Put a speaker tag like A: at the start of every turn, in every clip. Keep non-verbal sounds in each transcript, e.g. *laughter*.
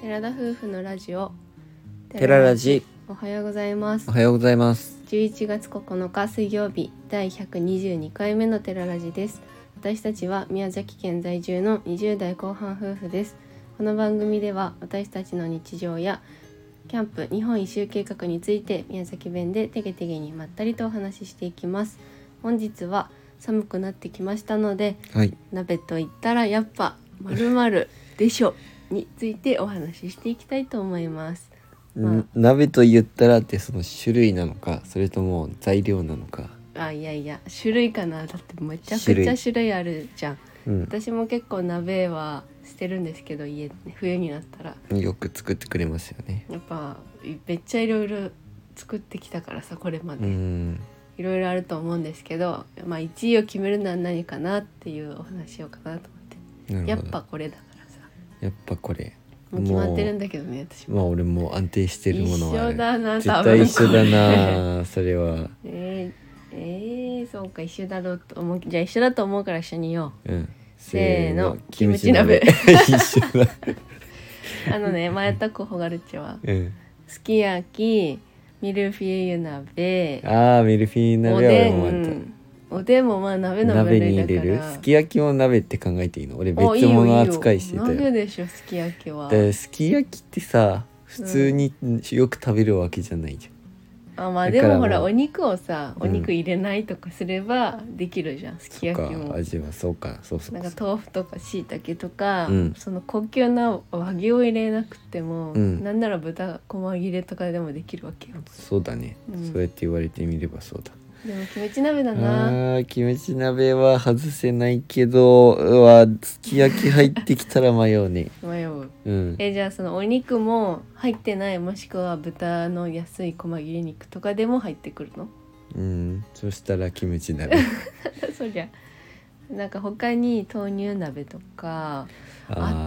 A: 寺田夫婦のラジオ
B: テララジ
A: おはようございます
B: おはようございます
A: 11月9日水曜日第122回目のテララジです私たちは宮崎県在住の20代後半夫婦ですこの番組では私たちの日常やキャンプ日本一周計画について宮崎弁でてげてげにまったりとお話ししていきます本日は寒くなってきましたので
B: はい
A: 鍋と言ったらやっぱまるまるでしょについてお話ししていきたいと思います。ま
B: ん鍋と言ったらってその種類なのかそれとも材料なのか
A: あいやいや種類かなだってめちゃくちゃ種類あるじゃん。
B: うん
A: 私も結構鍋はしてるんですけど家でね冬になったら
B: よく作ってくれますよね
A: やっぱめっちゃいろいろ作ってきたからさこれま
B: う
A: で
B: ん
A: いろいろあると思うんですけど、まあ1位を決めるのは何かなっていうお話しようかなと思って
B: なるほど
A: やっぱこれだからさ
B: やっぱこれ
A: もう決まってるんだけどね私も
B: まあ俺も安定してるものはある
A: 一緒だな
B: 絶対一緒だ
A: 多
B: なそれは
A: えー、えー、そうか一緒だろうと思うじゃあ一緒だと思うから一緒によ
B: うん
A: せーのキムチ鍋
B: キムチ鍋 *laughs* 一緒だ
A: うあの
B: *laughs*
A: ね前田子ほがるちは
B: うん
A: すき焼きミルフィーユ鍋
B: あーミルフィーユ
A: お
B: 鍋は
A: で
B: 俺もあった
A: んおでんもまあ鍋の分
B: 鍋に
A: 類
B: 入
A: だ
B: れ
A: から
B: るすき焼きも鍋って考えていいの俺
A: おいい
B: 別
A: よ
B: 物扱いしてたよ
A: いいよ鍋でしょすき焼きは
B: ですき焼きってさ普通によく食べるわけじゃないじ
A: あまあ
B: だ
A: で
B: から
A: も
B: もう
A: ほらお肉をさお肉
B: うん
A: 入れないとかすればできるじゃんすき
B: ゃん、
A: 焼き
B: そっ
A: も
B: か味はそうかそうそう
A: なん
B: そ
A: か
B: う
A: 豆腐とかしいたけとか、
B: うん
A: その高級な和牛を入れなくても、
B: うん
A: なんなら豚細切れとかでもできるわけよ
B: そうだね、
A: うん
B: そうやって言われてみればそうだ
A: でもキムチ鍋だな
B: あーキムチ鍋は外せないけどうわすき焼き入ってきたら迷うね
A: 迷う
B: うん
A: *laughs* えじゃあそのお肉も入ってないもしくは豚の安い細切れ肉とかでも入ってくるの *laughs*
B: うんそしたらキムチ鍋
A: そりゃなんか他に豆乳鍋とか
B: あ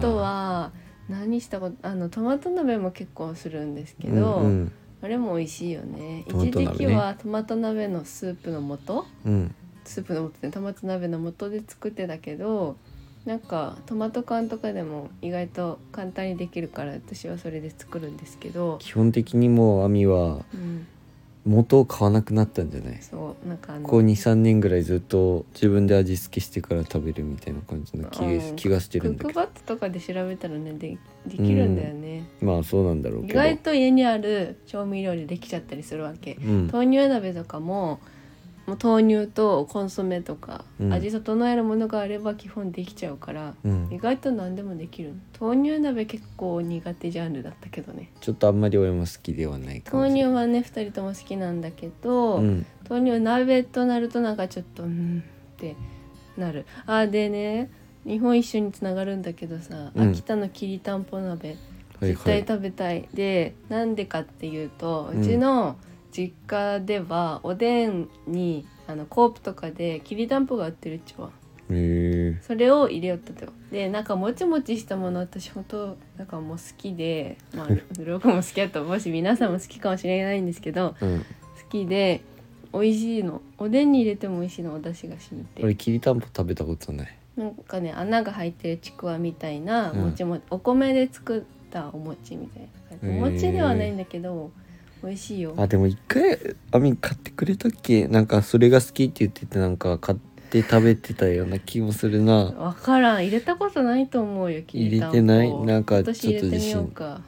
A: *laughs* あ
B: ー
A: とは何したことあのトマト鍋も結構するんですけど、
B: うん
A: あれも美味しいよね
B: トマト鍋ね
A: 一時期はトマト鍋のスープの素
B: うん、うん
A: スープの素ねトマト鍋の素で作ってたけどなんかトマト缶とかでも意外と簡単にできるから私はそれで作るんですけど、
B: 基本的にもう網は
A: うん、
B: 元を買わなくなったんじゃない
A: そうなんかあの
B: ここ23年ぐらいずっと自分で味付けしてから食べるみたいな感じの気,、
A: うん
B: 気がして
A: ク
B: るん
A: ッ
B: だ
A: ク
B: けど
A: パッドとかで調べたらねでできるんだよね、
B: まあそうなんだろう
A: 意
B: けど
A: 外と家にある調味料でできちゃったりするわけ
B: うん、
A: 豆乳鍋とかももう豆乳とコンソメとか、
B: うん
A: 味整えるものがあれば基本できちゃうから
B: うん
A: 意、外と何でもできる豆乳鍋結構苦手ジャンルだったけどね
B: ちょっとあんまり俺も好きではないかも
A: 豆
B: しれ
A: 乳
B: ない
A: はね2人とも好きなんだけど、
B: うん
A: 豆乳鍋となるとなんかちょっとうんってなるあーでね日本一周につながるんだけどさ、
B: うん
A: 秋田のきりたんぽ鍋
B: はい
A: 絶
B: は
A: 対
B: い
A: 食べたい、でなんでかっていうと
B: うん
A: うちの実家ではおでんにあのコープとかできりたんぽが売ってるっちゅうわ
B: へえ
A: それを入れよったとよでなんかもちもちしたもの私本当なんかもう好きで
B: *laughs*
A: まあルロコも好きやと思うし皆さんも好きかもしれないんですけど
B: うん、
A: 好きで美味しいのおでんに入れても美味しいのお出汁が染みて
B: 俺きりたんぽ食べたことない
A: なんかね穴が入ってるちくわみたいな
B: うん
A: もちも、お米で作ったお餅みたいな感じ
B: へー
A: お餅ではないんだけど美味しいよ
B: あでも一回あみ買ってくれたっけなんかそれが好きって言っててなんか買って食べてたような気もするな
A: 分からん入れたことないと思うよきりたんぽ
B: 入れてないなんか
A: 私入れてみよう
B: ち
A: か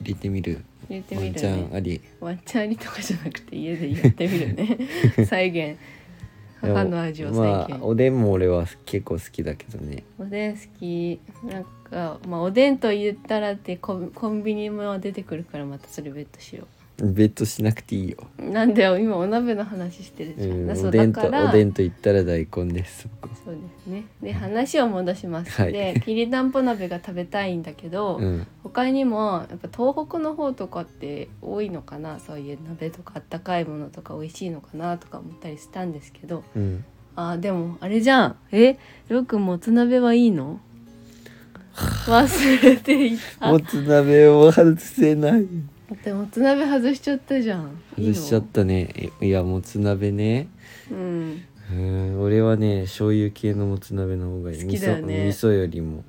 B: 入れてみる
A: 入れて
B: ワ
A: み
B: ン
A: る
B: チャン
A: ね
B: あり
A: ワンチャンありとかじゃなくて家でやってみる
B: *laughs*
A: ね再現母の味を再現、
B: まあおでんも俺は結構好きだけどね
A: おでん好きなんか、まあ、おでんと言ったらってコンコンビニも出てくるからまたそれベットしよ
B: ベッドしなくていいよ
A: うなんだよ今お鍋の話してるじゃん、
B: う
A: だ
B: ん、
A: そう
B: おでんと
A: だから
B: おでんと言ったら大根です僕
A: そうですねで話を戻します、
B: はい
A: できりたんぽ鍋が食べたいんだけど、
B: うん
A: 他にもやっぱ東北の方とかって多いのかなそういう鍋とかあったかいものとか美味しいのかなとか思ったりしたんですけど
B: うん
A: あーでもあれじゃんえりょうくんもつ鍋はいい
B: *laughs*
A: の忘れていた
B: もつ鍋を外せない
A: でもつ鍋外しちゃったじゃんいいの
B: 外しちゃったねいやもつ鍋ね
A: うん
B: うん俺はね醤油系のもつ鍋の方がいい
A: 好きだよね
B: 味噌味噌よりも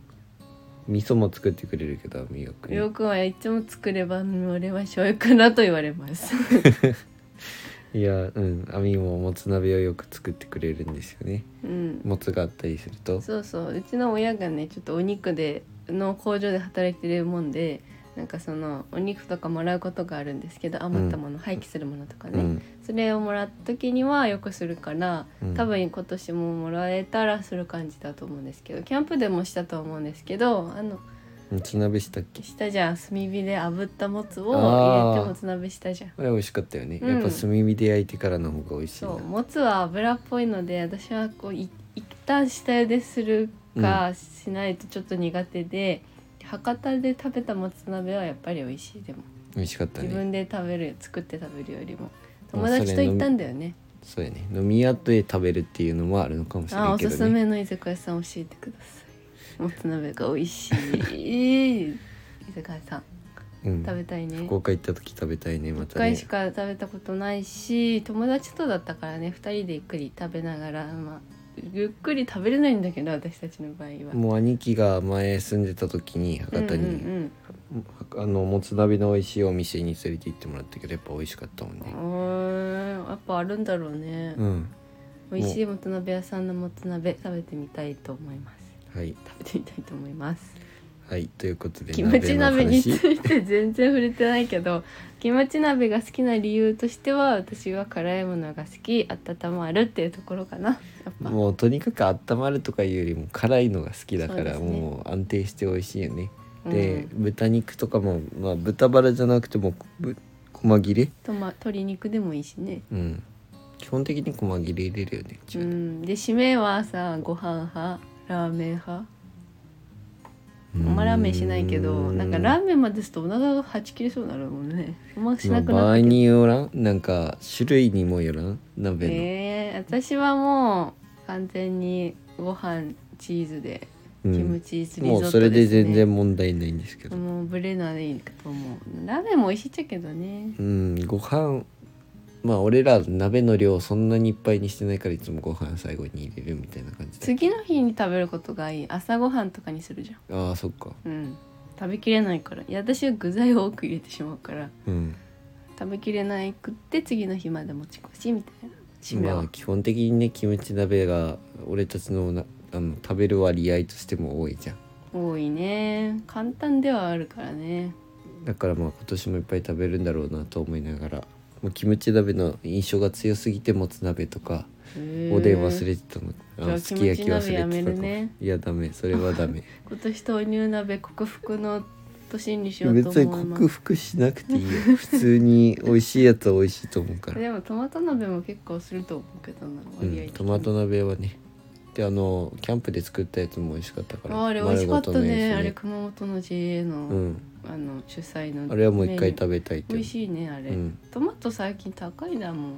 B: 味噌も作ってくれるけどアミよく、ね、
A: よくはいつも作れば俺は醤油かなと言われます。
B: いやうんアミももつ鍋をよく作ってくれるんですよね
A: うん。
B: もつがあったりすると
A: そうそううちの親がねちょっとお肉での工場で働いてるもんでなんかそのお肉とかもらうことがあるんですけど余ったもの、廃棄するものとかね、
B: うん
A: それをもらった時にはよくするから
B: うん
A: 多分今年ももらえたらする感じだと思うんですけどキャンプでもしたと思うんですけどあの
B: もつ鍋したっけ
A: 下じゃん炭火で炙ったもつを入れ
B: あ
A: て
B: ー
A: もつ鍋したじゃん。
B: あれ美味しかったよね、
A: うん
B: やっぱ炭火で焼いてからの方が美味しいな
A: そうもつは油っぽいので私はこうい一旦下茹でするかしないとちょっと苦手で、博多で食べたもつ鍋はやっぱり美味しいでも
B: 美味しかった
A: 自
B: ね
A: 分で食べる作って食べるよりも友
B: まあ
A: 達と行ったんだよね、
B: そうやね飲み屋で食べるっていうのもあるのかもしれ
A: あ
B: ない
A: お
B: け
A: す
B: ど
A: す
B: ね
A: めの居酒屋さん教えてくださいもつ鍋が美味し
B: *laughs*
A: い居酒屋さん
B: うん
A: 食べたいね
B: 福岡行った時食べたいねま
A: 1
B: たね
A: 回しか食べたことないし友達とだったからね2人でゆっくり食べながら、まあ、ゆっくり食べれないんだけど私たちの場合は。
B: もう兄貴が前住んでた時に博多に、
A: うん
B: あのもつ鍋の美味しいお店に連れて行ってもらったけどやっぱ美味しかったもん
A: うんう
B: ね
A: ん、うーんやっぱあるんだろうね、
B: うん
A: 美味しいもつ鍋屋さんのもつ鍋食べてみたいと思います
B: はい
A: 食べてみたいと思います
B: はいということで
A: キムチ鍋につ
B: 鍋の話
A: いて全然触れてないけどキムチ鍋が好きな理由としては私は辛いものが好き温まるっていうところかなやっぱ
B: *laughs* もうとにかく温まるとかいうよりも辛いのが好きだから
A: そうですね
B: もう安定して美味しいよね
A: う
B: で
A: ん、
B: 豚肉とかも、まあ、豚バラじゃなくてもぶ細切れ、
A: とま鶏肉でもいいしね
B: うん、基本的に細切れ入れるよねうち
A: う
B: は
A: ん、で締めはさご飯派ラーメン派あんまラーメンしないけどなんかラーメンまでですとお腹がはち切れそうになるもんねあんましなく
B: まあ
A: な
B: 場合
A: って
B: によらんなんか種類にもよらん鍋の、
A: えー、私はもう完全にご飯チーズで
B: う
A: キ
B: ん
A: ムチーズリゾ
B: も
A: ッ
B: う
A: ト
B: それ
A: で、
B: です
A: ね
B: 全然問題ないんですけど、
A: もうブレないと思うラーメンも美味しいっちゃけどね
B: うんご飯まあ俺ら鍋の量そんなにいっぱいにしてないからいつもご飯最後に入れるみたいな感じで
A: 次の日に食べることがいい朝ごはんとかにするじ
B: あーそっか
A: ゃんうん食べきれないからいや私は具材を多く入れてしまうから
B: うん
A: 食べきれなくって次の日まで持ち越しみたいな締め
B: ま
A: は、
B: あ基本的にねキムチ鍋が俺たちのなあの食べる割合としても多いじゃん
A: 多いね簡単ではあるからね
B: だからまあ今年もいっぱい食べるんだろうなと思いながらもうキムチ鍋の印象が強すぎてもつ鍋とかおでん忘
A: れ
B: れてたのあ
A: じゃあ
B: のすき焼
A: キム
B: き忘
A: チ鍋やめ
B: れてた
A: る
B: の、
A: ね
B: いやダメそれはダメ
A: 今年豆乳鍋克服の年 *laughs* にしようと
B: 別に
A: 思いま
B: 克
A: す
B: 服しなくていいよ普通に美味しいやつは美味しいと思うか
A: *laughs*
B: ら
A: でもトマト鍋も結構すると思うけどな割合
B: うん、
A: 的に
B: トマト鍋はねであのキャンプで作ったやつも美味しかったから
A: ああれ美味しかったね
B: 丸ごとのや
A: あ
B: つ
A: れ熊本の JA の、
B: うん
A: あの主催の
B: あれはもう一回
A: メニュー
B: 食べたいって
A: 美味しいねあれ、
B: うん
A: トマト最近高いだもん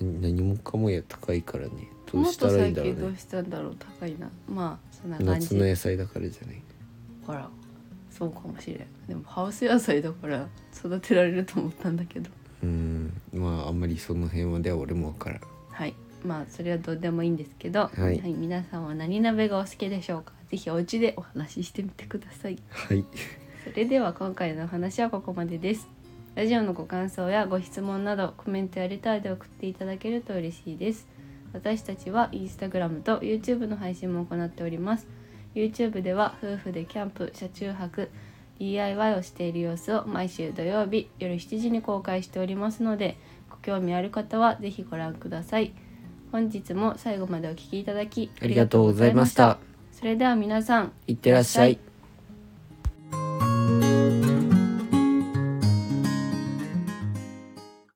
B: 何何もかもや高いからね
A: ト
B: どう
A: マ
B: した
A: ト
B: らいいん
A: 最
B: だろう
A: 近どう
B: ね
A: したんだろう高いなまあそんな感じ
B: 夏の野菜だからじゃない
A: ほらそうかもしれんでもハウス野菜だから育てられると思ったんだけど
B: うんまああんまりその辺までは俺もわからん
A: はいまあそれはどうでもいいんですけど、
B: はい
A: 皆さんは何鍋がお好きでしょうかぜひお家でお話ししてみてください
B: はい
A: それでは今回のお話はここまでですラジオのご感想やご質問などコメントやレターで送っていただけると嬉しいです私たちはインスタグラムと YouTube の配信も行っております YouTube では夫婦でキャンプ車中泊 DIY をしている様子を毎週土曜日夜7時に公開しておりますのでご興味ある方はぜひご覧ください本日も最後までお聴きいただき
B: ありがとうございました
A: それでは皆さん
B: いってらっしゃい